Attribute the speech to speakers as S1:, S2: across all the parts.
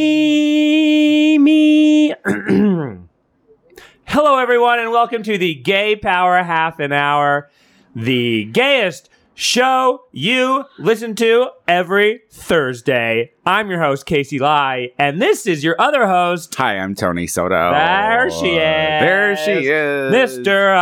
S1: Me, me. Hello, everyone, and welcome to the Gay Power Half an Hour, the gayest show you listen to every Thursday. I'm your host, Casey Lai, and this is your other host,
S2: Hi, I'm Tony Soto.
S1: There she is.
S2: There she is.
S1: Mr.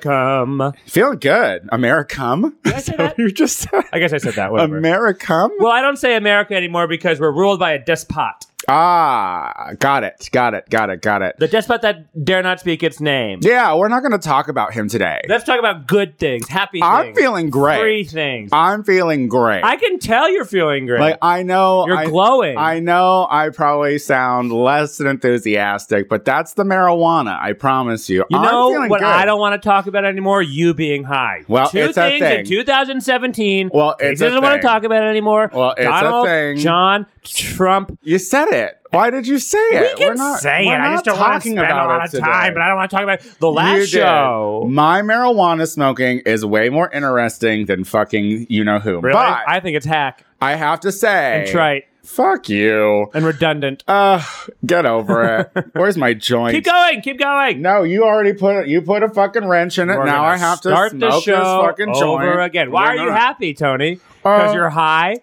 S1: Americum.
S2: Feeling good. Americum.
S1: Did I say that?
S2: you just said
S1: I guess I said that. Whatever.
S2: Americum?
S1: well, I don't say America anymore because we're ruled by a despot.
S2: Ah, got it. Got it. Got it. Got it.
S1: The despot that dare not speak its name.
S2: yeah, we're not going to talk about him today.
S1: Let's talk about good things, happy
S2: I'm
S1: things,
S2: feeling great.
S1: free things.
S2: I'm feeling great.
S1: I can tell you're feeling great.
S2: like, I know.
S1: you're
S2: I,
S1: glowing.
S2: I know I probably sound less than enthusiastic, but that's the marijuana. I promise you.
S1: you
S2: I'm
S1: know
S2: feeling
S1: what
S2: good.
S1: I don't want to talk about anymore? You being high.
S2: Well,
S1: two
S2: it's a
S1: things in
S2: thing.
S1: 2017.
S2: Well,
S1: he
S2: it's a
S1: doesn't want
S2: thing.
S1: to talk about it anymore.
S2: Well, it's a
S1: Donald,
S2: thing.
S1: John, Trump.
S2: You said it. Why did you say
S1: We
S2: it?
S1: can
S2: we're not,
S1: say
S2: we're
S1: it. I
S2: not
S1: just don't want to
S2: talking
S1: spend a
S2: about
S1: lot
S2: it
S1: of
S2: today.
S1: time, but I don't want to talk about it. The last
S2: You did.
S1: show.
S2: My marijuana smoking is way more interesting than fucking you know who.
S1: Really?
S2: But I,
S1: I think it's hack
S2: have to say,
S1: and trite
S2: fuck you.
S1: and redundant.
S2: Uh, get over it. Where's my joint?
S1: Keep going. Keep going.
S2: No, you already put you put a fucking wrench in it.
S1: We're
S2: now
S1: gonna
S2: I have to
S1: start
S2: smoke
S1: the
S2: this
S1: show
S2: fucking
S1: over
S2: joint.
S1: again. Why
S2: We're
S1: are you
S2: not-
S1: happy, Tony? Because
S2: Uh,
S1: you're high.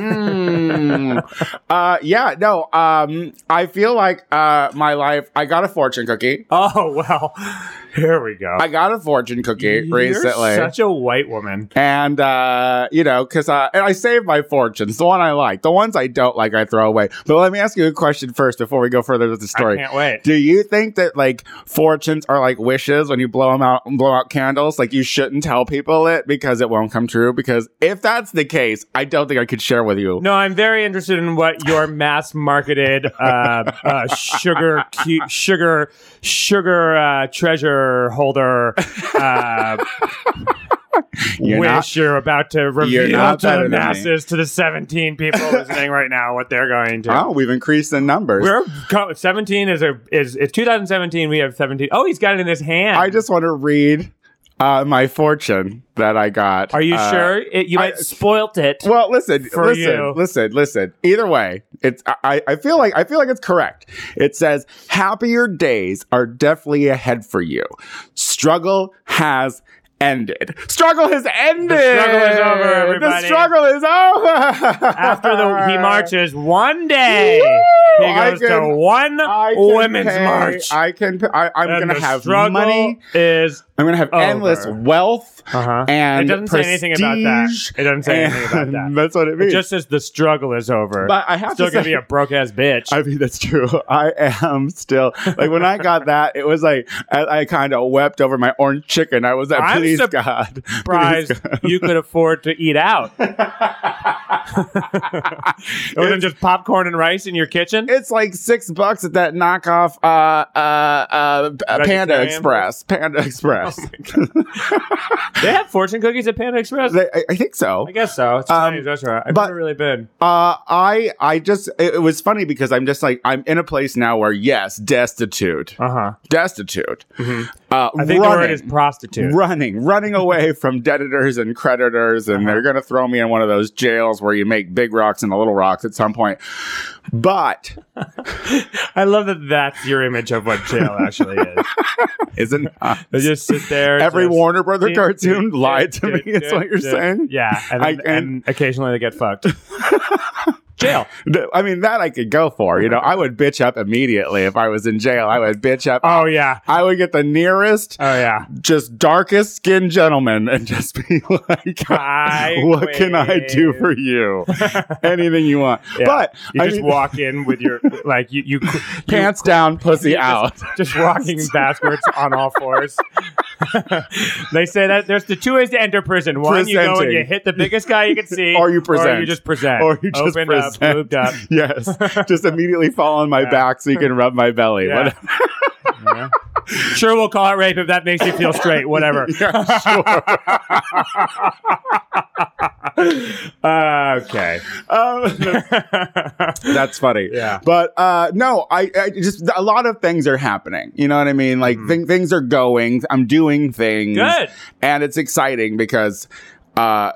S2: Mm. uh, yeah, no. Um, I feel like uh, my life. I got a fortune cookie.
S1: Oh well, here we go.
S2: I got a fortune cookie
S1: You're
S2: recently.
S1: such a white woman.
S2: and uh, you know, because I and I save my fortunes, the one I like, the ones I don't like, I throw away. But let me ask you a question first before we go further with the
S1: I
S2: story.
S1: can't wait.
S2: Do you think that like fortunes are like wishes when you blow them out, blow out candles? Like you shouldn't tell people it because it won't come true. Because if that's the case, I don't think I could share with you.
S1: No, I'm very interested in what your mass marketed uh, uh, sugar cu- sugar sugar uh, treasure holder uh,
S2: You're
S1: wish
S2: not-
S1: you're about to
S2: you're
S1: reveal
S2: not
S1: to
S2: better
S1: the
S2: than me.
S1: masses to the 17 people listening right now what they're going to.
S2: Oh, we've increased the numbers.
S1: We're co- 17 is a is it's 2017. We have 17. Oh, he's got it in his hand.
S2: I just want to read uh, my fortune that I got.
S1: Are you
S2: Uh,
S1: sure it, you
S2: I-
S1: might spoilt it?
S2: Well, listen,
S1: For
S2: listen,
S1: you.
S2: listen, listen. Either way, it's I, I feel like I feel like it's correct. It says happier days are definitely ahead for you. Struggle has ended. Struggle has ended.
S1: struggle is over, everybody.
S2: The struggle is over.
S1: After the he marches one day,
S2: Woo!
S1: he
S2: I
S1: goes
S2: can-
S1: to one
S2: I can
S1: women's
S2: pay-
S1: march.
S2: I can. pay- I, I'm
S1: and
S2: gonna
S1: the
S2: have
S1: struggle
S2: money.
S1: Is
S2: I'm gonna have
S1: over.
S2: endless wealth.
S1: uh huh.
S2: And
S1: It doesn't say anything about that.
S2: prestige.
S1: It doesn't say anything about
S2: And
S1: that.
S2: That's what it
S1: It
S2: means.
S1: just says the struggle is over.
S2: but I have
S1: Still
S2: to say,
S1: gonna be a broke ass bitch.
S2: I mean, that's true. I am still like when I got that, it was like I, I kind of wept over my orange chicken. I was like,
S1: I'm
S2: please
S1: sup-
S2: God, please
S1: Surprised
S2: God."
S1: you could afford to eat out. it wasn't just popcorn and rice in your kitchen.
S2: It's like six bucks at that knockoff uh, uh, uh, Panda
S1: Vegetarian? Oh
S2: Express. Panda Express.
S1: They have fortune cookies at Panda Express.
S2: They- I, I think so.
S1: I guess so. It's a
S2: Um,
S1: Chinese restaurant. I've
S2: but-
S1: never really been.
S2: Uh, I I just it, it was funny because I'm just like I'm in a place now where yes, destitute,
S1: Uh huh.
S2: destitute. Uh,
S1: I think
S2: running.
S1: the word is prostitute.
S2: running, running away from debtors and creditors,
S1: Uh-huh.
S2: and they're going to throw me in one of those jails where you make big rocks into little rocks at some point. But
S1: I love that that's your image of what jail actually is.
S2: isn't
S1: They just sit there.
S2: every
S1: just,
S2: Warner Brother
S1: Dude,
S2: cartoon
S1: dude,
S2: lied
S1: dude,
S2: to me?
S1: dude,
S2: Is what you're
S1: dude.
S2: saying?
S1: Yeah, and,
S2: I-
S1: then, and, occasionally they get fucked. jail.
S2: I mean, that I could go for. You know, I would bitch up immediately if I was in jail. I would bitch up.
S1: Oh yeah.
S2: I would get the nearest,
S1: Oh yeah.
S2: just darkest skinned gentleman and just be like,
S1: I
S2: "What can I do
S1: quit.
S2: for you? Anything you want."
S1: Yeah.
S2: But
S1: You
S2: I
S1: just
S2: mean-
S1: walk in with your like you you, you
S2: pants down, pussy out.
S1: just walking backwards on all fours. they say that there's the two ways to enter prison. One, you go and
S2: Presenting.
S1: you hit the biggest guy you can see,
S2: Or you present.
S1: or you just present,
S2: Or you just
S1: opened up,
S2: present.
S1: moved up.
S2: Yes. Just immediately fall on my
S1: Yeah.
S2: back so you can rub my belly.
S1: Yeah. Yeah. Sure, we'll call it rape if that makes you feel straight. Whatever.
S2: Whatever. Yeah, sure.
S1: Uh, okay.
S2: Um, that's funny.
S1: Yeah.
S2: But uh, no, I, I just a lot of things are happening. You know what I mean? Like thi- things are going. I'm doing things.
S1: Mm-hmm. Good.
S2: And it's exciting because uh,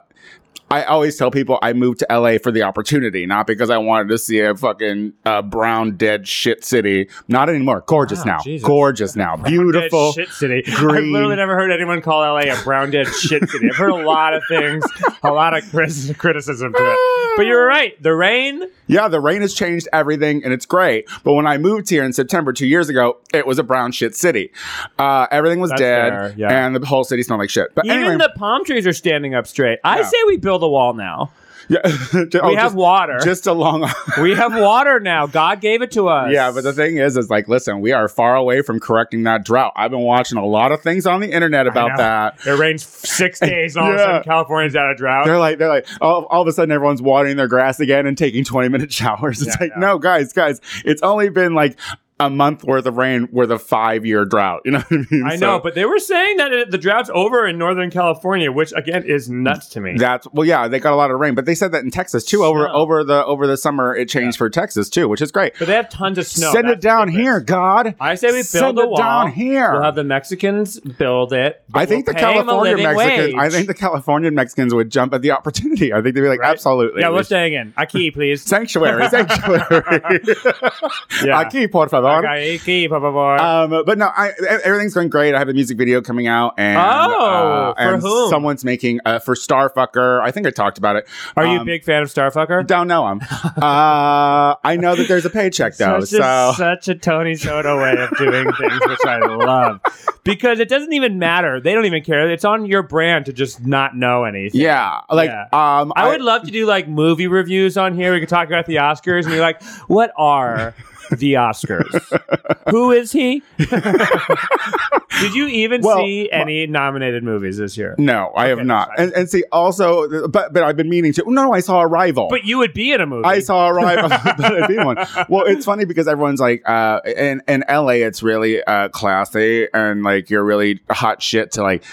S2: I always tell people I moved to LA for the opportunity, not because I wanted to see a fucking uh, brown dead shit city. Not anymore. Gorgeous
S1: Wow,
S2: now.
S1: Jesus.
S2: Gorgeous now.
S1: Brown
S2: Beautiful.
S1: dead shit city. I've
S2: green-
S1: literally never heard anyone call LA a brown dead shit city. I've heard a lot of things, a lot of crit- criticism to it. But you're right. The rain.
S2: Yeah, the rain has changed everything and it's great. But when I moved here in September two years ago, it was a brown shit city. Uh, everything was
S1: That's
S2: dead
S1: fair, yeah.
S2: and the whole city smelled like shit. But
S1: Even
S2: anyway,
S1: the palm trees are standing up straight. I
S2: Yeah.
S1: say we build a wall now.
S2: yeah, Oh,
S1: we have
S2: just,
S1: water.
S2: just along.
S1: we have water now. God gave it to us.
S2: Yeah, but the thing is, is like, listen, we are far away from correcting that drought. I've been watching a lot of things on the internet
S1: know.
S2: about that.
S1: it rains f- six days. All of a
S2: Yeah.
S1: sudden, California's out of drought.
S2: They're like, they're like, all, all of a sudden everyone's watering their grass again and taking 20 minute showers. It's
S1: Yeah,
S2: like,
S1: I know.
S2: no, guys, guys, it's only been like a month worth of rain with a five year drought. You know what I mean?
S1: I
S2: So-
S1: know, but they were saying that it, the drought's over in Northern California, which again is nuts to me.
S2: That's well, yeah, they got a lot of rain, but they said that in Texas too. Over
S1: Snow.
S2: over the over the summer, it changed for Texas too, which is great.
S1: but they have tons of snow.
S2: Send
S1: That's
S2: it down
S1: the difference.
S2: here, God.
S1: I say we build
S2: Send
S1: a
S2: it
S1: wall
S2: down here.
S1: We'll have the Mexicans build it. but
S2: I think
S1: we'll
S2: the
S1: pay 'em a
S2: California
S1: living
S2: Mexicans. I
S1: wage.
S2: think the California Mexicans would jump at the opportunity. I think they'd be like,
S1: Right.
S2: absolutely.
S1: yeah,
S2: We
S1: we're
S2: should-
S1: staying in. A key, please.
S2: sanctuary, sanctuary.
S1: Yeah.
S2: Aquí, por favor.
S1: Okay, key, por favor.
S2: Um, but no, I, e- everything's going great. I have a music video coming out, and
S1: Oh,
S2: uh,
S1: for
S2: and
S1: whom?
S2: someone's making uh, for Starfucker. I think I talked about it.
S1: Are you a
S2: Um,
S1: big fan of Starfucker?
S2: Don't know him. uh, I know that there's a paycheck though.
S1: Such
S2: so
S1: a, such a Tony Soto way of doing things, which I love. Because it doesn't even matter. They don't even care. It's on your brand to just not know anything.
S2: yeah, like
S1: Yeah.
S2: um,
S1: I would love to do like movie reviews on here. We could talk about the Oscars and be like, what are the Oscars? Who is he? Did you even
S2: Well,
S1: see any nominated movies this year?
S2: no, I have
S1: Okay,
S2: not.
S1: fine.
S2: And, and see, also, but but I've been meaning to. No, I saw Arrival.
S1: But you would be in a movie.
S2: I saw Arrival, but I didn't one. Well, it's funny because everyone's like, uh, in in LA, it's really uh classy and like you're really hot shit to like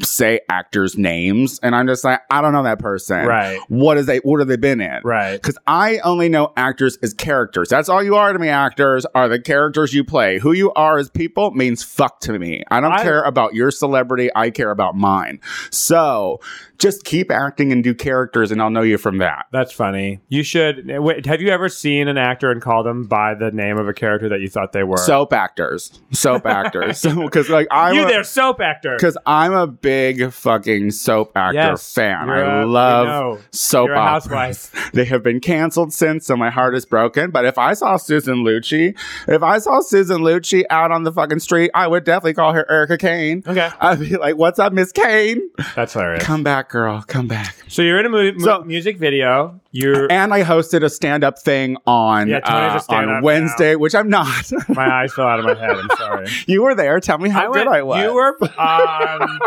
S2: say actors' names, and I'm just like, I don't know that person.
S1: Right.
S2: What is they? What have they been in?
S1: Right.
S2: Because I only know actors as characters. That's all you are to me. Actors are the characters you play. Who you are as people means fuck to me. I don't
S1: I-
S2: care about your celebrity. I care about mine. So just keep acting and do characters, and I'll know you from that.
S1: That's funny. You should. Wait, have you ever seen an actor and called them by the name of a character that you thought they were?
S2: Soap actors, soap actors. Because like I'm
S1: you,
S2: a-
S1: their soap actor.
S2: Because I'm a big fucking soap actor
S1: Yes,
S2: fan.
S1: you're
S2: I
S1: a- we know.
S2: love soap
S1: You're a
S2: operas.
S1: housewife.
S2: They have been canceled since, so my heart is broken. But if I saw Susan Lucci, if I saw Susan Lucci out on the fucking street, I would definitely call her Erica Kane.
S1: Okay,
S2: I'd be like, "What's up, Miss Kane?
S1: that's hilarious.
S2: Come back, girl. Come back."
S1: So you're in a movie,
S2: So-
S1: music video. You're
S2: And I hosted a stand-up thing on
S1: Yeah, Tony's a
S2: uh,
S1: stand-up
S2: on Wednesday, which I'm not.
S1: my eyes fell out of my head. I'm sorry.
S2: you were there. Tell me how good I was.
S1: You were um,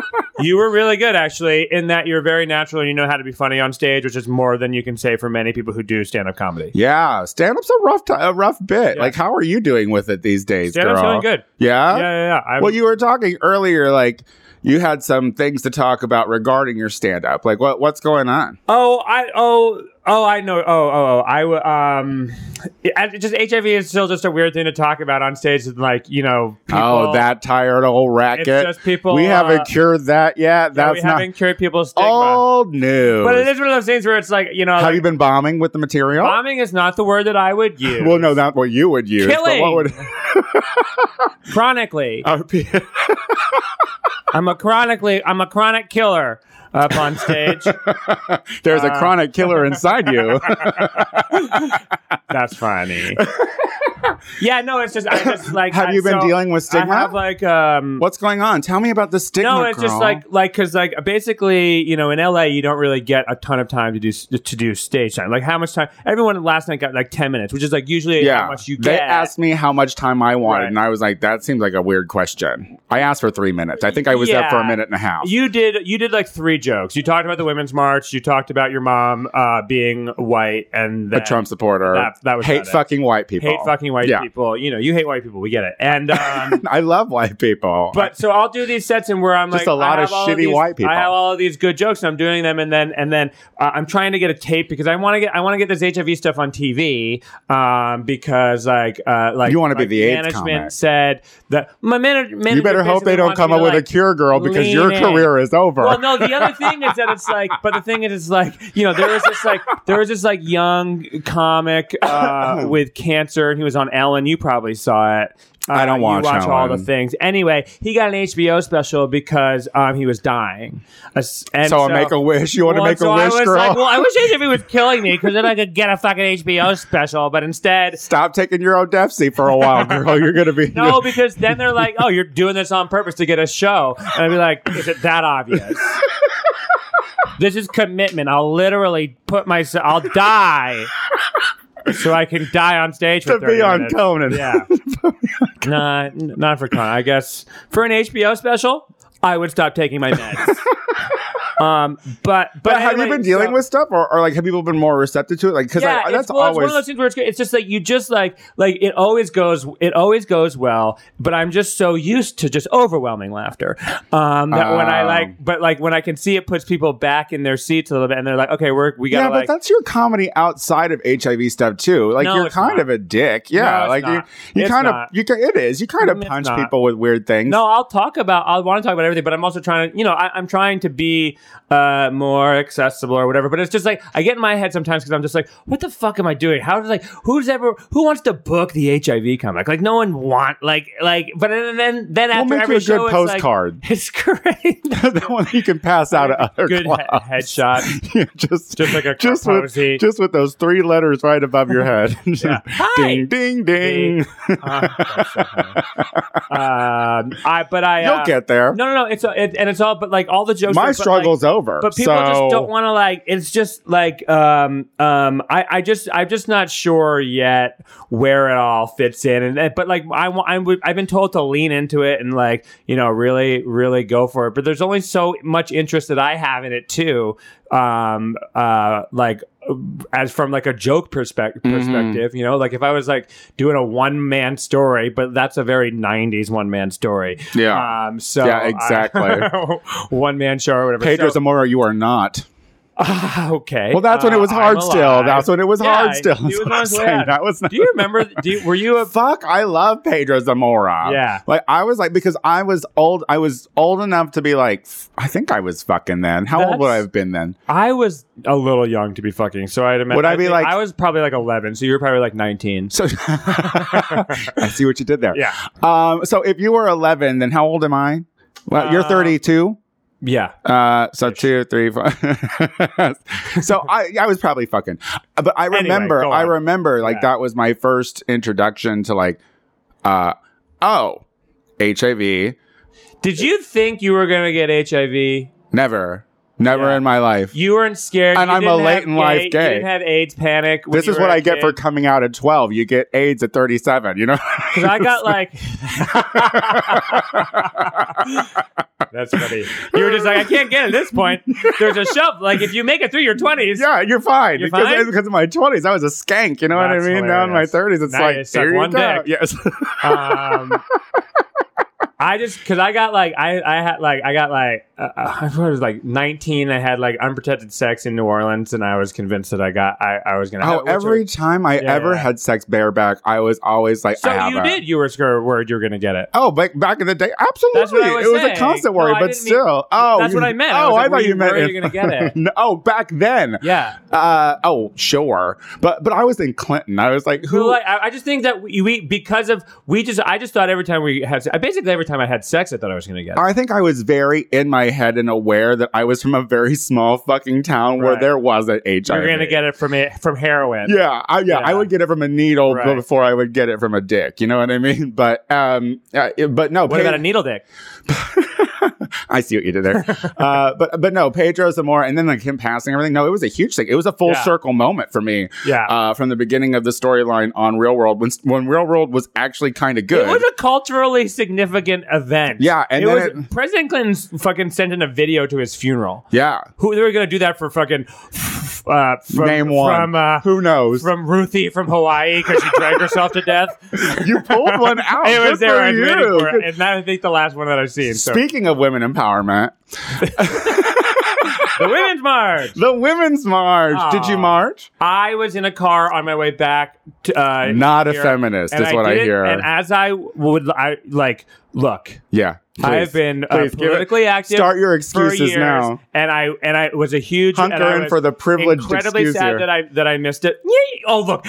S1: you were really good actually in that you're very natural and you know how to be funny on stage, which is more than you can say for many people who do stand up comedy.
S2: Yeah, stand up's a rough, ti- a rough bit.
S1: Yeah.
S2: Like, how are you doing with it these days,
S1: Stand up's
S2: girl?
S1: feeling good.
S2: Yeah.
S1: Yeah, yeah, yeah. I'm-
S2: Well, you were talking earlier, like you had some things to talk about regarding your stand up. Like, what what's going on?
S1: Oh, I oh oh I know. Oh oh oh I w- um, I- just HIV is still just a weird thing to talk about on stage. and, Like you know, people,
S2: oh, that tired old
S1: it's
S2: racket.
S1: just people.
S2: we
S1: uh,
S2: haven't cured that yet.
S1: yeah,
S2: That's
S1: we
S2: not
S1: haven't cured people's stigma.
S2: old news.
S1: but it is one of those things where it's like you know,
S2: Have
S1: like,
S2: you been bombing with the material?
S1: bombing is not the word that I would use.
S2: Well, no, not what you would use. But
S1: Killing.
S2: what would
S1: chronically.
S2: our P-
S1: I'm a chronically. I'm a chronic killer up on stage.
S2: There's
S1: Uh.
S2: a chronic killer inside you.
S1: That's funny. yeah, no, it's just I just like.
S2: Have
S1: I-
S2: you been
S1: so
S2: dealing with stigma?
S1: I have like um.
S2: What's going on? Tell me about the stigma.
S1: no, it's just
S2: girl.
S1: like like because like basically you know in LA you don't really get a ton of time to do s- to do stage time. Like how much time? Everyone last night got like ten minutes, which is like usually
S2: yeah.
S1: how much you
S2: they
S1: get.
S2: asked me how much time I wanted,
S1: Right.
S2: and I was like, "That seems like a weird question." I asked for three minutes. I think I was there for a
S1: Yeah.
S2: minute and a half.
S1: you did you did like three jokes. You talked about the women's march. You talked about your mom uh, being white and
S2: a
S1: that
S2: Trump supporter.
S1: That- that was
S2: hate
S1: about it.
S2: fucking white people.
S1: hate fucking hating white
S2: Yeah.
S1: people. You know, you hate white people. We get it. And um,
S2: I love white people.
S1: but so I'll do these sets and where I'm
S2: Just
S1: like
S2: a lot
S1: I
S2: of
S1: have all
S2: shitty
S1: these-
S2: white people.
S1: I have all of these good jokes and I'm doing them and then and then uh, I'm trying to get a tape because I want to get I want to get this HIV stuff on TV um, because like uh, like
S2: You wanna be
S1: like
S2: the AIDS
S1: management
S2: comic.
S1: said that my manager, manager
S2: you better hope
S1: basically
S2: they don't
S1: wants
S2: come
S1: me
S2: up
S1: to,
S2: with
S1: like,
S2: a cure girl because
S1: lean
S2: your
S1: in.
S2: career is over.
S1: Well, no, the other thing is that it's like, but the thing is, it's like, you know, there was this like, there was this like young comic uh, with cancer, and he was on Ellen. You probably saw it. Uh,
S2: I don't
S1: you
S2: watch
S1: watch all the
S2: Ellen.
S1: things. Anyway, he got an HBO special because um, he was dying. Uh, s- and
S2: so, I make a wish. You want to
S1: well,
S2: make
S1: so
S2: a
S1: I
S2: wish,
S1: was
S2: girl?
S1: Like, well, I wish HIV was killing me because then I could get a fucking HBO special. But instead,
S2: Stop taking your own death seat for a while, girl. You're gonna be
S1: no, because then they're like, "Oh, you're doing this on purpose to get a show," and I'd be like, "Is it that obvious?" this is commitment. I'll literally put myself. I'll die, so I can die on stage for
S2: to
S1: 30
S2: be on
S1: minutes.
S2: Conan.
S1: Yeah, not not for Conan. I guess for an HBO special, I would stop taking my meds. um, but but,
S2: But have you
S1: anyway,
S2: been dealing
S1: so-
S2: with stuff, or, or like have people been more receptive to it? Like, because
S1: yeah,
S2: that's
S1: it's, well, it's one
S2: always
S1: of those things where it's, it's just like you just like like it always goes it always goes well, but I'm just so used to just overwhelming laughter um, that when I
S2: Um.
S1: like but like when I can see it puts people back in their seats a little bit and they're like okay we're we
S2: yeah,
S1: gotta
S2: but
S1: like
S2: that's your comedy outside of HIV stuff too. Like
S1: No,
S2: you're
S1: it's
S2: kind
S1: not.
S2: of a dick. Yeah,
S1: No, it's
S2: like
S1: not.
S2: you, you
S1: It's
S2: kind
S1: not.
S2: of you. ca- It is. You kind of
S1: It's
S2: punch
S1: not.
S2: people with weird things.
S1: no I'll talk about I want to talk about everything but I'm also trying to you know I, I'm trying to be uh, more accessible or whatever but it's just like I get in my head sometimes because I'm just like what the fuck am I doing how does like who's ever who wants to book the HIV comic like no one want like like but then then then
S2: we'll
S1: after
S2: make
S1: every
S2: you a good
S1: show, it's like,
S2: postcard.
S1: It's great.
S2: the one that you can pass out at other
S1: Good he-
S2: clubs.
S1: headshot.
S2: Yeah, just
S1: Just like a
S2: just with,
S1: posy.
S2: just with those three letters right above your head. ding, ding, ding.
S1: Uh, that's so funny. um, I but I uh,
S2: You'll get there.
S1: no no no it's it, and it's all but like all the jokes
S2: My
S1: are-
S2: struggle's over.
S1: but, like, but people
S2: so-
S1: just don't want to like it's just like um um I I just I'm just not sure yet where it all fits in and and- but like I wa- I would I've been told to lean into it and like you know really really go for it but there's only so much interest that I have in it too um uh like as from like a joke perspective
S2: Mm-hmm.
S1: perspective you know like if i was like doing a one man story but that's a very 90s one man story
S2: Yeah.
S1: um so
S2: Yeah, exactly.
S1: one man show or whatever
S2: Pedro
S1: So-
S2: Zamora, you are not.
S1: okay
S2: Well, that's when
S1: Uh,
S2: it was
S1: I'm
S2: hard still.
S1: alive.
S2: That's when it was
S1: Yeah,
S2: hard still.
S1: he was
S2: That's what
S1: on
S2: I'm
S1: his way
S2: saying.
S1: out.
S2: That was not.
S1: do you remember do you, were you a
S2: Fuck, I love Pedro Zamora.
S1: Yeah.
S2: Like I was like because I was old I was old enough to be like f- I think I was fucking then. How old would I
S1: That's-
S2: have been then?
S1: i was a little young to be fucking so i'd imagine
S2: Would I be
S1: think
S2: like-
S1: i was probably like 11 so you were probably like 19
S2: So I see what you did there.
S1: yeah
S2: Um, so if you were 11, then how old am I? Well, you're
S1: Uh,
S2: 32.
S1: yeah
S2: Uh, so two, three, four. so I, I was probably fucking, but I
S1: Anyway,
S2: remember,
S1: go on.
S2: I remember like
S1: Yeah.
S2: that was my first introduction to like, uh, oh, HIV.
S1: did you think you were gonna get hiv
S2: Never, never
S1: Yeah.
S2: in my life.
S1: You weren't scared,
S2: And
S1: You
S2: I'm a
S1: didn't
S2: late
S1: have
S2: in life
S1: you
S2: gay.
S1: didn't have AIDS panic.
S2: This is what I get for coming out at 12. You get AIDS at 37, you know?
S1: because I got like. That's funny. You were just like, I can't get it at this point. There's a shelf. Like if you make it through your twenties,
S2: yeah, you're fine.
S1: You're
S2: because,
S1: fine?
S2: because of my 20s, I was a skank, you know
S1: That's
S2: what I mean? Now in my
S1: hilarious.
S2: 30s, it's
S1: Now you
S2: like,
S1: suck
S2: here you
S1: one
S2: go.
S1: dick.
S2: Yes.
S1: um, I just because I got like I I had like I got like uh, I was like 19. I had like unprotected sex in New Orleans, and I was convinced that I got I, I was gonna.
S2: Oh,
S1: have it, which
S2: every
S1: was-
S2: time I
S1: Yeah,
S2: ever
S1: yeah.
S2: had sex bareback, I was always like, I
S1: so
S2: have
S1: you
S2: a-
S1: did. You were scared worried you were gonna get it.
S2: Oh, back back in the day, absolutely.
S1: That's what I was
S2: it was
S1: saying.
S2: a constant
S1: No,
S2: worry,
S1: I
S2: but
S1: didn't mean-
S2: still. oh,
S1: That's what I meant. I
S2: Oh,
S1: was like,
S2: I
S1: were
S2: thought
S1: you
S2: you meant.
S1: worried you're gonna get it?
S2: no, oh, back then.
S1: Yeah.
S2: Uh, oh, sure, but but I was in Clinton. I was like,
S1: Well,
S2: who?
S1: like, I, I just think that we, we because of we just I just thought every time we had I basically every time I had sex I thought I was gonna get it.
S2: I think I was very in my head and aware that I was from a very small fucking town where
S1: Right.
S2: there was an HIV.
S1: You're gonna get it from it from heroin.
S2: Yeah, I, yeah, I
S1: Yeah.
S2: would get it from a needle
S1: Right.
S2: before I would get it from a dick. You know what I mean? But um, uh, but no.
S1: What
S2: Pam-
S1: about a needle dick?
S2: I see what you did there. uh, but but no, Pedro Zamora, and then like him passing and everything. No, it was a huge thing. It was a full
S1: Yeah.
S2: circle moment for me
S1: Yeah.
S2: uh, from the beginning of the storyline on Real World when when Real World was actually kind of
S1: it
S2: good.
S1: was a culturally significant event.
S2: Yeah, and
S1: it
S2: then
S1: was
S2: it-
S1: President Clinton fucking sent in a video to his funeral.
S2: yeah.
S1: Who they were gonna do that for fucking f- uh, from,
S2: Name one.
S1: from uh,
S2: Who knows?
S1: from Ruthie from Hawaii because she drank herself to death.
S2: you pulled one out.
S1: it was
S2: Oh, Good
S1: there.
S2: for
S1: I was waiting
S2: you.
S1: for it, and that I think the last one that I've seen. So
S2: Speaking of women empowerment,
S1: the women's march.
S2: the women's march. Did
S1: Aw.
S2: you march?
S1: I was in a car on my way back. To, uh,
S2: Not a
S1: here,
S2: feminist,
S1: and
S2: is what I
S1: did it,
S2: hear.
S1: And as I would, I like look.
S2: yeah.
S1: I
S2: Please.
S1: have been uh,
S2: Please, give it-
S1: politically active.
S2: Start your
S1: for
S2: excuses
S1: years,
S2: now.
S1: and I and I was a huge and I
S2: Hunker in
S1: was
S2: for the privileged
S1: incredibly
S2: excuse
S1: sad
S2: here.
S1: that I that I missed it. Yay! Oh look,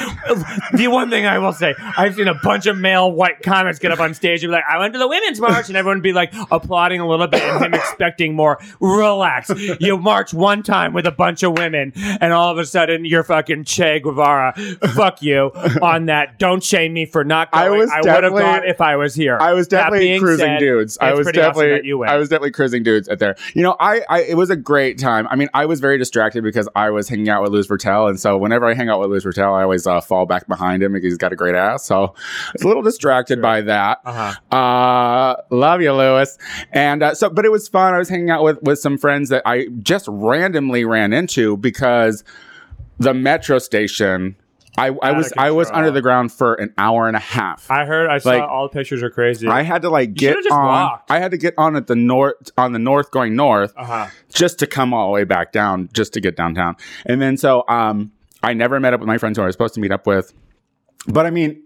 S1: the one thing I will say, I've seen a bunch of male white comics get up on stage and be like, "I went to the women's march," and everyone would be like applauding a little bit and him expecting more. Relax, you march one time with a bunch of women, and all of a sudden you're fucking Che Guevara. Fuck you on that. Don't shame me for not going.
S2: I was
S1: would have
S2: definitely-
S1: gone if I was here.
S2: I was
S1: That
S2: definitely
S1: being
S2: cruising
S1: said,
S2: dudes. I
S1: it's
S2: was
S1: pretty awesome
S2: definitely
S1: that you went.
S2: I was definitely cruising dudes at there. You know, I, I it was a great time. I mean, I was very distracted because I was hanging out with Luz Vertel, and so whenever I hang out with Luz Vertel, I always uh, fall back behind him because he's got a great ass. So I was a little distracted by that.
S1: Uh-huh.
S2: Uh, love you, Lewis. And uh, so, but it was fun. I was hanging out with with some friends that I just randomly ran into because the metro station. I, I
S1: of
S2: was I was
S1: control.
S2: under the ground for an hour and a half.
S1: I heard. I saw
S2: Like,
S1: all the pictures are crazy.
S2: I had to like get
S1: should've just
S2: on.
S1: walked.
S2: I had to get on at the north on the north going north
S1: uh-huh.
S2: just to come all the way back down just to get downtown. And then so um I never met up with my friends who I was supposed to meet up with. But I mean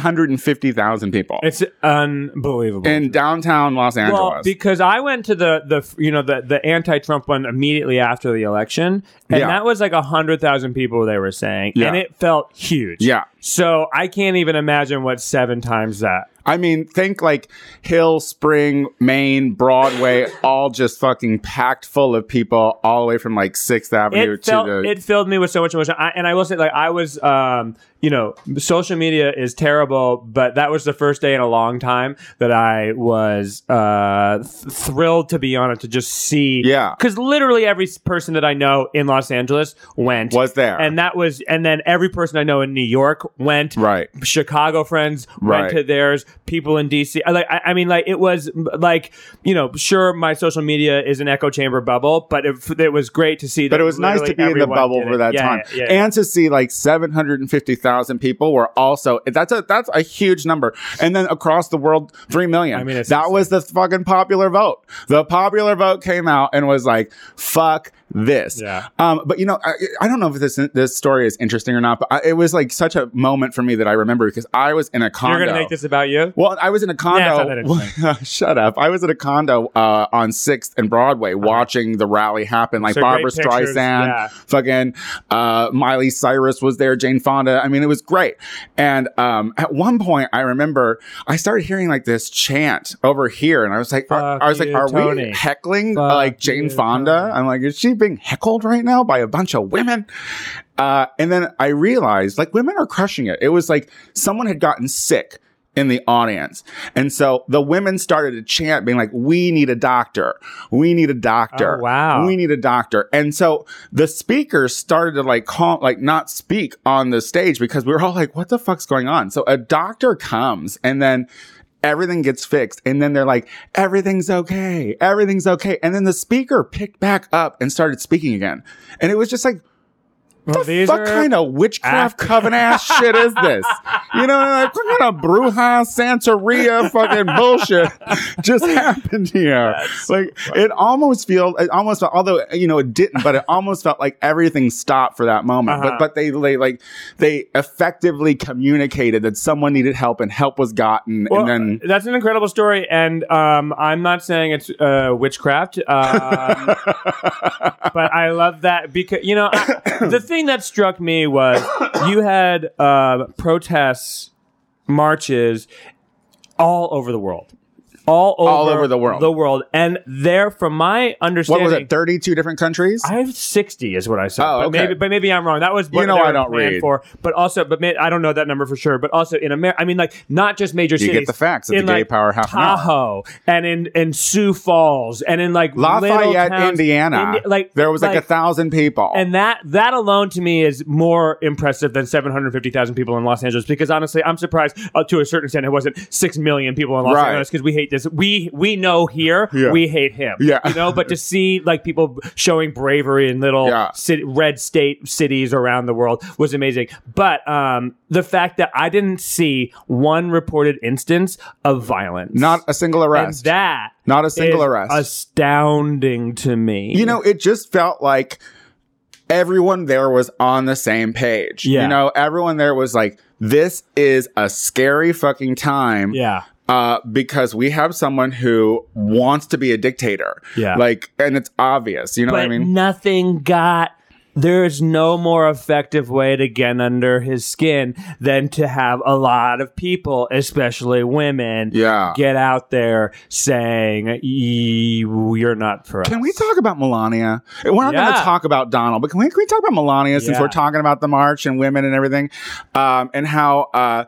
S2: 750,000 people
S1: It's unbelievable.
S2: in downtown Los Angeles.
S1: well, because I went to the the you know the the anti-Trump one immediately after the election, and
S2: Yeah.
S1: that was like a hundred thousand people they were saying,
S2: Yeah.
S1: and it felt huge.
S2: yeah.
S1: So I can't even imagine what seven times that.
S2: I mean, think like Hill, Spring, Maine, Broadway, all just fucking packed full of people all the way from like 6th Avenue
S1: It felt
S2: to the
S1: it filled me with so much emotion, I, and I will say, like I was, um, you know, social media is terrible, but that was the first day in a long time that I was uh, th- thrilled to be on it to just see,
S2: Yeah.
S1: because literally every s- person that I know in Los Angeles went
S2: was there.
S1: and that was and then every person i know in new york went
S2: right.
S1: chicago friends
S2: Right.
S1: went to theirs people in dc I, like I, I mean like it was m- like you know sure my social media is an echo chamber bubble but it, it was great to see that
S2: But it was nice to
S1: literally
S2: be in the
S1: everyone
S2: bubble
S1: did
S2: for
S1: it.
S2: that
S1: Yeah,
S2: time,
S1: yeah, yeah, yeah.
S2: and to see like seven hundred and fifty thousand people were also that's a that's a huge number. And then across the world, three million.
S1: I mean, it's
S2: that
S1: insane.
S2: was the fucking popular vote. The popular vote came out and was like, "Fuck this."
S1: Yeah.
S2: Um, but you know, I, I don't know if this this story is interesting or not, but I, it was like such a moment for me that I remember because I was in a condo.
S1: you're gonna make this about you
S2: Well, I was in a condo.
S1: Yeah, it's not that
S2: Shut up! I was at a condo uh, on Sixth and Broadway, watching the rally happen. Like
S1: Uh-huh. So great
S2: Barbara
S1: pictures,
S2: Streisand,
S1: yeah.
S2: fucking uh, Miley Cyrus was there, Jane Fonda. I mean, it was great. And um, at one point, I remember I started hearing like this chant over here, and I was like, are,
S1: Fuck
S2: I was like,
S1: you,
S2: are we
S1: Tony.
S2: heckling uh,
S1: Fuck
S2: like Jane
S1: you,
S2: Fonda?
S1: Tony.
S2: I'm like, is she being heckled right now by a bunch of women? Uh, and then I realized like women are crushing it. It was like someone had gotten sick in the audience. And so the women started to chant, being like, We need a doctor. We need a doctor.
S1: Oh, wow.
S2: We need a doctor. And so the speakers started to like call, like not speak on the stage because we were all like, What the fuck's going on? So a doctor comes and then everything gets fixed. And then they're like, Everything's okay. Everything's okay. And then the speaker picked back up and started speaking again. And it was just like,
S1: well, these
S2: what
S1: are
S2: kind of witchcraft
S1: after-
S2: coven ass shit is this? You know, like, what kind of Bruja Santeria fucking bullshit just happened here? like it almost felt, it almost felt, although you know it didn't, but it almost felt like everything stopped for that moment.
S1: Uh-huh.
S2: But but they, they like they effectively communicated that someone needed help and help was gotten,
S1: Well, uh,
S2: and then
S1: that's an incredible story, and um, I'm not saying it's uh, witchcraft, um, but I love that because you know I, the thing that struck me was you had uh, protests, marches, all over the world, all over
S2: All over the world.
S1: the world, and there, from my
S2: what
S1: understanding,
S2: was it? Thirty two different countries.
S1: I have sixty, is what I said.
S2: Oh,
S1: but
S2: okay.
S1: maybe, but maybe I'm wrong. That was what
S2: You know
S1: they
S2: I
S1: were
S2: don't
S1: planned
S2: read.
S1: for. But also, but may, I don't know that number for sure. But also in America, I mean, like not just major
S2: you
S1: cities.
S2: get the facts at the
S1: in,
S2: gay
S1: like,
S2: power half an hour.
S1: Tahoe and in in Sioux Falls and in like little
S2: Lafayette,
S1: towns,
S2: Indiana.
S1: Indi- like
S2: there was like, a thousand people.
S1: and that that alone to me is more impressive than 750,000 people in Los Angeles because honestly I'm surprised uh, to a certain extent it wasn't 6 million people in Los
S2: Right.
S1: Angeles because we hate this. We we know here
S2: Yeah.
S1: we hate him.
S2: Yeah.
S1: you know. But to see like people showing bravery in little
S2: Yeah.
S1: cit- red state cities around the world was amazing. But um, the fact that I didn't see one reported instance of violence,
S2: Not a single
S1: and
S2: arrest.
S1: that
S2: Not a single
S1: is
S2: arrest.
S1: astounding to me.
S2: you know, it just felt like everyone there was on the same page.
S1: Yeah.
S2: You know, everyone there was like, this is a scary fucking time.
S1: yeah,
S2: uh, because we have someone who wants to be a dictator.
S1: Yeah.
S2: Like, and it's obvious. You know
S1: but
S2: what I mean?
S1: nothing got. There is no more effective way to get under his skin than to have a lot of people, especially women,
S2: Yeah.
S1: get out there saying "Y- you're not for us.
S2: Can we talk about Melania? We're not going
S1: Yeah.
S2: to talk about Donald, but can we, can we talk about Melania since
S1: Yeah.
S2: we're talking about the march and women and everything? Um, and how, uh,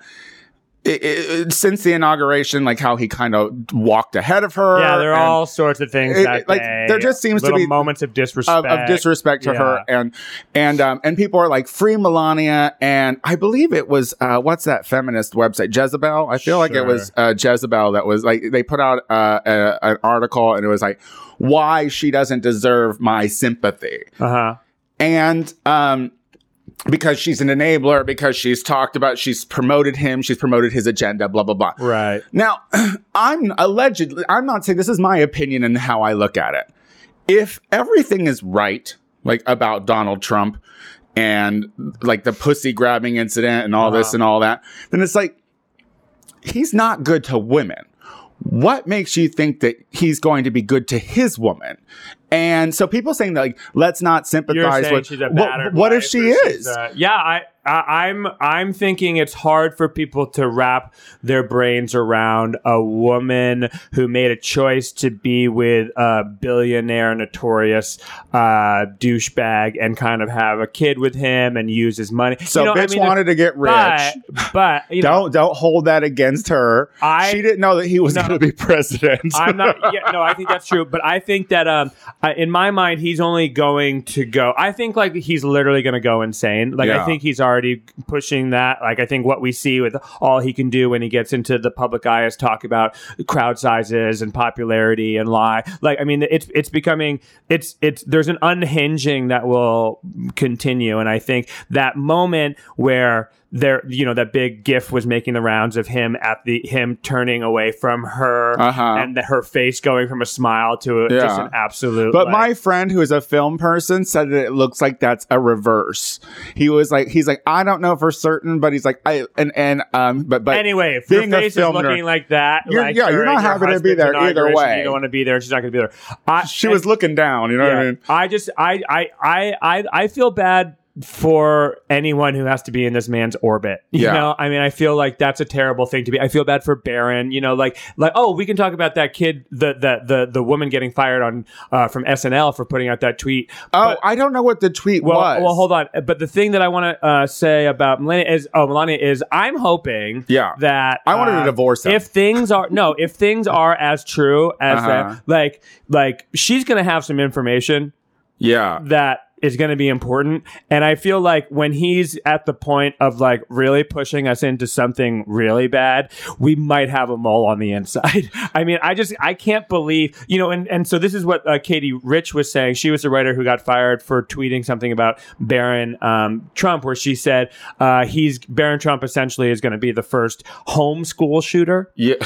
S2: it, it, since the inauguration, like how he kind of walked ahead of her.
S1: Yeah, there are
S2: and-
S1: all sorts of things
S2: It-
S1: that
S2: like,
S1: day.
S2: there just seems to
S1: Little
S2: be-
S1: moments of disrespect.
S2: of, of disrespect to
S1: Yeah.
S2: her and and um and people are like free Melania and I believe it was uh what's that feminist website Jezebel I feel like it
S1: Sure.
S2: was uh, Jezebel that was like they put out uh, a, an article and it was like why she doesn't deserve my sympathy
S1: Uh huh.
S2: and um because she's an enabler because she's talked about she's promoted him she's promoted his agenda blah blah blah
S1: Right.
S2: now, I'm allegedly, I'm not saying this is my opinion and how I look at it. If everything is right, like about Donald Trump and like the pussy grabbing incident and all this
S1: Uh-huh.
S2: and all that, then it's like he's not good to women. What makes you think that he's going to be good to his woman? And so people saying that, like, let's not
S1: You're
S2: sympathize
S1: saying
S2: with
S1: she's a
S2: what,
S1: battered
S2: what if
S1: wife
S2: she
S1: or she's
S2: is?
S1: a- yeah, I, I, I'm I'm thinking it's hard for people to wrap their brains around a woman who made a choice to be with a billionaire, notorious uh, douchebag, and kind of have a kid with him and use his money.
S2: so
S1: you know, I
S2: bitch
S1: mean,
S2: wanted to get rich.
S1: but, but you know,
S2: don't don't hold that against her.
S1: I-
S2: she didn't know that he was
S1: No.
S2: going to be president.
S1: I'm not. Yeah, no, I think that's true. But I think that um, uh, in my mind, he's only going to go. I think like he's literally going to go insane. Like
S2: Yeah.
S1: I think he's already pushing that. Like I think what we see with all he can do when he gets into the public eye is talk about crowd sizes and popularity and lie. Like I mean, it's it's becoming it's it's there's an unhinging that will continue, and I think that moment where there you know that big gif was making the rounds of him at the him turning away from her
S2: Uh-huh.
S1: and the, her face going from a smile to a, just
S2: Yeah.
S1: an absolute.
S2: but
S1: like-
S2: my friend, who is a film person, said that it looks like that's a reverse. He was like, he's like, I don't know for certain, but he's like, I and and um, but but
S1: anyway, if
S2: being a
S1: your face is
S2: film nerd-
S1: looking like that,
S2: You're-
S1: like
S2: yeah, you're
S1: during
S2: not
S1: your
S2: happy to be
S1: husband's
S2: there either
S1: inauguration,
S2: way.
S1: You don't want to be there. She's not going to be there. I,
S2: she was looking down. You know what I
S1: yeah.
S2: mean?
S1: I just I I I I I feel bad for anyone who has to be in this man's orbit. You
S2: Yeah.
S1: know, I mean, I feel like that's a terrible thing to be. I feel bad for Barron. You know, like like oh, we can talk about that kid, the the the the woman getting fired on uh, from SNL for putting out that tweet.
S2: Oh, I don't know what the tweet
S1: Well,
S2: was.
S1: well, hold on. But the thing that I want to uh, say about Melania is, oh, Melania is, I'm hoping
S2: Yeah.
S1: that
S2: I wanted to
S1: uh,
S2: divorce him.
S1: If things are no, if things are as true as
S2: Uh-huh.
S1: that, like like she's gonna have some information
S2: yeah,
S1: that is going to be important and i feel like when he's at the point of like really pushing us into something really bad we might have a mole on the inside i mean i just i can't believe you know and, and so this is what uh, katie rich was saying she was the writer who got fired for tweeting something about barron um, trump where she said uh, he's barron trump essentially is going to be the first homeschool shooter
S2: yeah.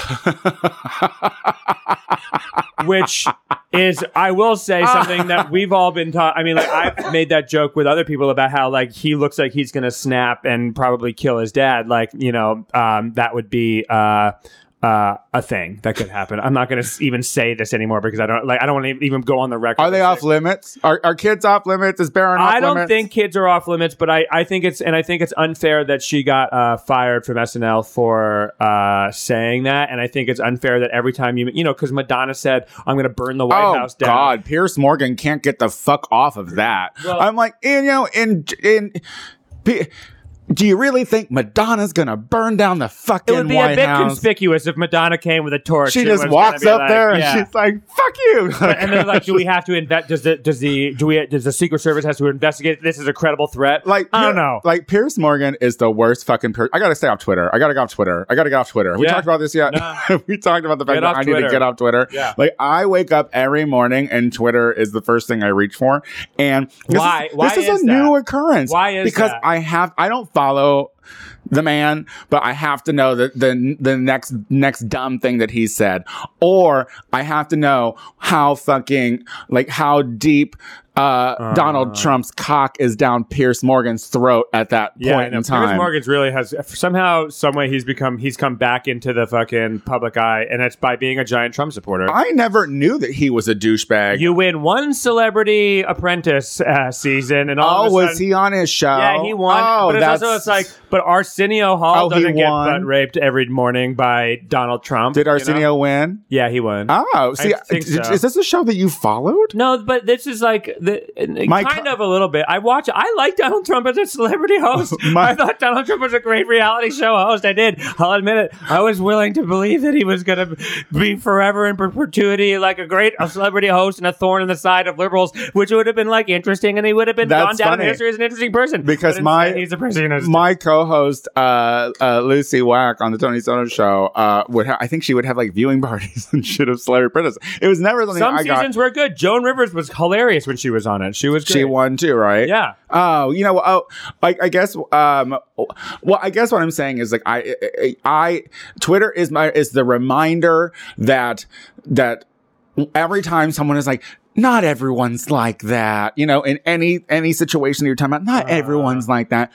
S1: which is I will say something that we've all been taught. I mean, like I've made that joke with other people about how like he looks like he's gonna snap and probably kill his dad. Like you know, um, that would be. Uh, uh, a thing that could happen. I'm not going to even say this anymore because I don't like. I don't want to even go on the record.
S2: Are they
S1: and
S2: off
S1: say-
S2: limits? Are, are kids off limits? Is Baron off
S1: I don't
S2: limits?
S1: think kids are off limits, but I, I think it's and I think it's unfair that she got uh, fired from SNL for uh, saying that, and I think it's unfair that every time you you know because Madonna said I'm going to burn the White
S2: oh
S1: House down.
S2: God, Pierce Morgan can't get the fuck off of that.
S1: Well-
S2: I'm like, you know, in in. P- Do you really think Madonna's gonna burn down the
S1: It
S2: fucking
S1: would be
S2: White
S1: a bit
S2: House?
S1: conspicuous if Madonna came with a torch.
S2: she
S1: It
S2: just
S1: was
S2: walks
S1: gonna
S2: up
S1: be like,
S2: there and
S1: yeah.
S2: she's like, "Fuck you!"
S1: and they're like, do we have to invest? Does the does the do we does the Secret Service has to investigate? This is a credible threat.
S2: Like
S1: I don't
S2: Pier-
S1: know.
S2: Like Pierce Morgan is the worst fucking person. I gotta stay off Twitter. I gotta go off Twitter. I gotta get off Twitter. We
S1: Yeah.
S2: talked about this yet. we talked about the fact
S1: Get
S2: that
S1: off
S2: I need
S1: Twitter.
S2: to get off Twitter.
S1: Yeah.
S2: Like I wake up every morning and Twitter is the first thing I reach for. And this
S1: Why-
S2: Is,
S1: why
S2: this is,
S1: is
S2: a
S1: that?
S2: new occurrence.
S1: Why is
S2: because
S1: that?
S2: I have I don't follow the man, but I have to know that the the next next dumb thing that he said, or I have to know how fucking like how deep uh,
S1: Uh-huh.
S2: Donald Trump's cock is down Pierce Morgan's throat at that
S1: yeah, I
S2: point
S1: know.
S2: in
S1: Piers
S2: time.
S1: Morgan's really has somehow, some way, he's become he's come back into the fucking public eye, and it's by being a giant Trump supporter.
S2: I never knew that he was a douchebag.
S1: you win one Celebrity Apprentice uh, season, and all
S2: oh,
S1: of a
S2: was
S1: sudden,
S2: he on his show?
S1: Yeah, he won.
S2: Oh,
S1: but it's
S2: that's
S1: also it's like, but Arsenio Hall
S2: Oh, he
S1: doesn't get
S2: won.
S1: butt raped every morning by Donald Trump.
S2: did
S1: you know?
S2: Arsenio win?
S1: Yeah, he won.
S2: Oh, see,
S1: think
S2: did-
S1: so.
S2: is this a show that you followed?
S1: No, but this is like the uh,
S2: My
S1: kind
S2: co-
S1: of a little bit. I watch. I like Donald Trump as a celebrity host.
S2: My-
S1: I thought Donald Trump was a great reality show host. I did. I'll admit it. I was willing to believe that he was going to be forever in perpetuity, like a great a celebrity host and a thorn in the side of liberals, which would have been like interesting, and he would have been
S2: That's
S1: gone down
S2: funny.
S1: in history as an interesting person.
S2: Because
S1: But
S2: my-
S1: instead, he's a person. who's-
S2: my co-host uh, uh, Lucy Wack on the Tony Soto show uh, would ha- I think she would have like viewing parties and shit of celebrity apprentice. It was never something
S1: Some
S2: I got.
S1: seasons were good. Joan Rivers was hilarious when she was on it. She was great.
S2: She won too, right?
S1: yeah.
S2: Oh, you know, oh, I, I guess. Um, well, I guess what I'm saying is like I, I, I- Twitter is my is the reminder that that every time someone is like. Not everyone's like that, you know. In any any situation that you're talking about, not everyone's like that.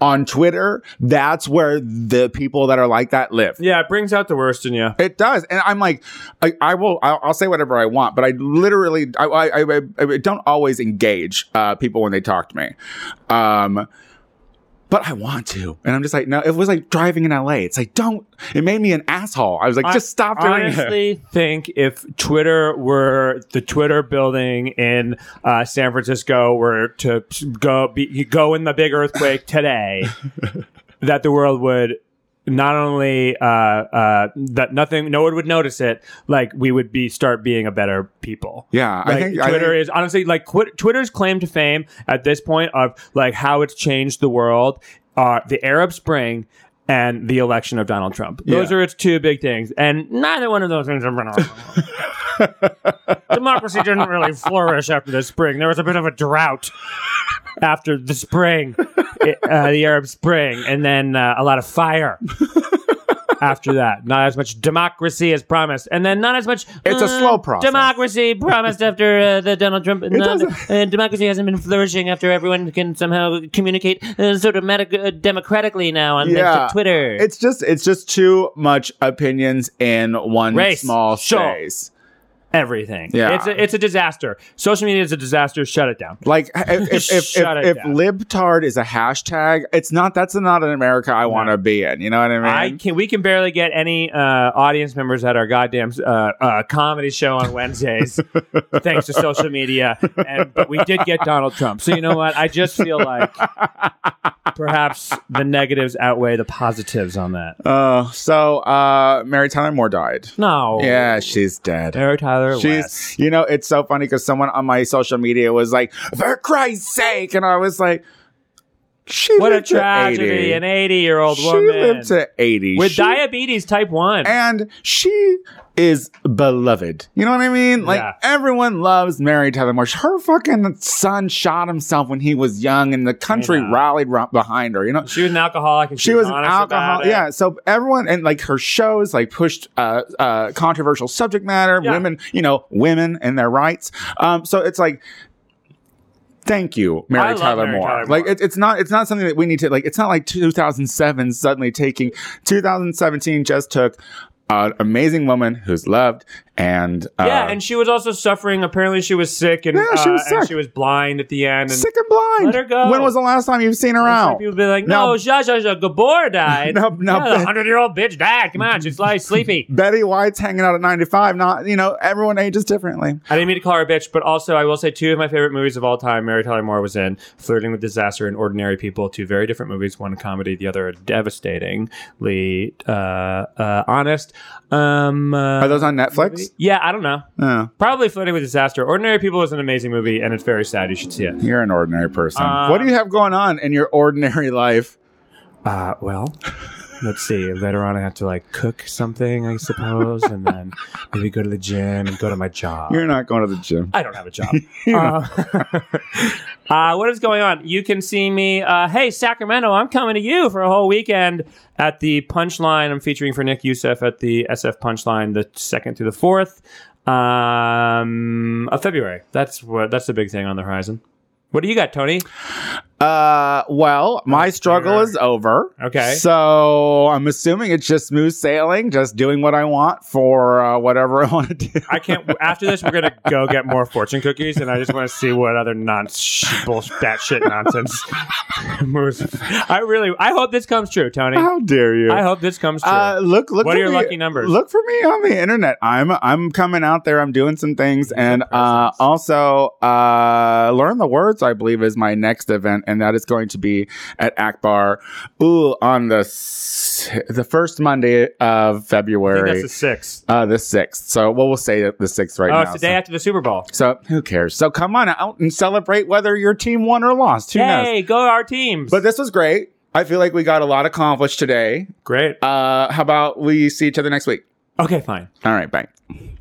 S2: On Twitter, that's where the people that are like that live.
S1: Yeah, it brings out the worst in you.
S2: It does, and I'm like, I, I will, I'll, I'll say whatever I want, but I literally, I, I, I, I don't always engage uh, people when they talk to me, um, but I want to, and I'm just like, no, it was like driving in LA. It's like, don't. It made me an asshole. I was like,
S1: I
S2: just stop doing it.
S1: honestly think if Twitter were the Twitter building in uh, San Francisco were to go be, you go in the big earthquake today, that the world would not only uh, uh, that nothing no one would notice it like we would be start being a better people
S2: Yeah, I
S1: like,
S2: think I
S1: Twitter
S2: think-
S1: is honestly like quit, Twitter's claim to fame at this point of like how it's changed the world are the Arab Spring and the election of Donald Trump. Those
S2: Yeah.
S1: are its two big things, and neither one of those things have been. around. Democracy didn't really flourish after the spring. There was a bit of a drought after the spring, it- uh, the Arab Spring, and then uh, a lot of fire. After that, not as much democracy as promised, and then not as much. mm,
S2: It's a slow process.
S1: Democracy promised after uh, the Donald Trump. Not,
S2: doesn't-
S1: uh, democracy hasn't been flourishing after everyone can somehow communicate uh, sort of meta- uh, democratically now on thanks to
S2: Yeah.
S1: Twitter.
S2: It's just, it's just too much opinions in one
S1: Race,
S2: small
S1: sure.
S2: space.
S1: everything.
S2: Yeah.
S1: it's a, it's a disaster. Social media is a disaster. Shut it down.
S2: Like if if, if,
S1: Shut it
S2: if, if
S1: down.
S2: libtard is a hashtag, it's not. That's not an America I want to be in. You know what I mean?
S1: I can. We can barely get any uh, audience members at our goddamn uh, uh, comedy show on Wednesdays, thanks to social media. And, but we did get Donald Trump. So you know what? I just feel like perhaps the negatives outweigh the positives on that.
S2: Uh, so uh, Mary Tyler Moore died.
S1: No.
S2: Yeah, she's dead.
S1: Mary Tyler
S2: She's,
S1: West.
S2: you know, it's so funny because someone on my social media was like, "For Christ's sake!" and I was like, "She
S1: What a
S2: lived to
S1: tragedy!
S2: 80.
S1: An eighty-year-old
S2: she
S1: woman
S2: lived to eighty
S1: with
S2: She-
S1: diabetes type one.
S2: and she is beloved. You know what I mean? Like
S1: Yeah.
S2: everyone loves Mary Tyler Moore. Her fucking son shot himself when he was young, and the country
S1: Yeah.
S2: rallied ro- behind her. You know,
S1: she was an alcoholic. And she,
S2: she was an
S1: honest about
S2: alcohol
S1: it.
S2: yeah so everyone and like her shows like pushed uh uh controversial subject matter
S1: Yeah.
S2: women you know women and their rights um so it's like thank you
S1: I
S2: mary
S1: love
S2: tyler
S1: Mary
S2: moore
S1: Tyler
S2: like
S1: Moore.
S2: it, it's not it's not something that we need to like it's not like 2007 suddenly taking 2017 just took a an amazing woman who's loved and uh,
S1: yeah, and she was also suffering. Apparently, she was sick and,
S2: Yeah, she
S1: uh,
S2: was
S1: and
S2: sick.
S1: she was blind at the end. And
S2: sick and blind.
S1: Let her go.
S2: When was the last time you've seen her
S1: Some
S2: out?
S1: people be like,
S2: Now-
S1: "No, Zsa Zsa Zsa Gabor died.
S2: No, no,
S1: yeah, the hundred-year-old bitch died. Come on, she's like sleepy."
S2: Betty White's hanging out at 95. Not, you know, everyone ages differently.
S1: I didn't mean to call her a bitch, but also I will say two of my favorite movies of all time. Mary Tyler Moore was in *Flirting with Disaster* and *Ordinary People*. Two very different movies. One a comedy, the other a devastatingly uh, uh, honest. Um, uh,
S2: Are those on Netflix?
S1: movie? Yeah, I don't know.
S2: Oh,
S1: Probably *Flirting with Disaster*. *Ordinary People* is an amazing movie, and it's very sad. You should see it.
S2: you're an ordinary person.
S1: Uh,
S2: what do you have going on in your ordinary life?
S1: Uh, well, let's see. Later on, I have to like cook something, I suppose, and then maybe go to the gym and go to my job.
S2: You're not going to the gym.
S1: I don't have a job. uh, uh, what is going on? You can see me. Uh, hey, Sacramento, I'm coming to you for a whole weekend at the Punchline. I'm featuring for Nick Youssef at the SF Punchline, the second through the fourth um, of February. That's what. That's the big thing on the horizon. What do you got, Tony?
S2: Uh, well, my struggle
S1: dear.
S2: is over.
S1: Okay.
S2: So I'm assuming it's just smooth sailing, just doing what I want for uh, whatever I want to do.
S1: I can't. After this, we're gonna go get more fortune cookies, and I just want to see what other nonsense, batshit nonsense moves. I really, I hope this comes true, Tony.
S2: How dare you?
S1: I hope this comes true.
S2: Uh, look, look.
S1: what
S2: for
S1: are your
S2: me-
S1: lucky numbers?
S2: Look for me on the internet. I'm I'm coming out there. I'm doing some things, and uh, also uh, learn the words. I believe is my next event, and that is going to be at Akbar. Ooh, on the s- the first Monday of
S1: I think
S2: February,
S1: that's the sixth.
S2: uh, the sixth. So, well, we'll say the sixth right
S1: oh,
S2: now.
S1: it's the day after the Super Bowl.
S2: so, so who cares? So come on out and celebrate whether your team won or lost. Who knows?
S1: Hey, go our teams!
S2: But this was great. I feel like we got a lot accomplished today.
S1: Great.
S2: Uh, how about we see each other next week?
S1: Okay, fine.
S2: All right, bye.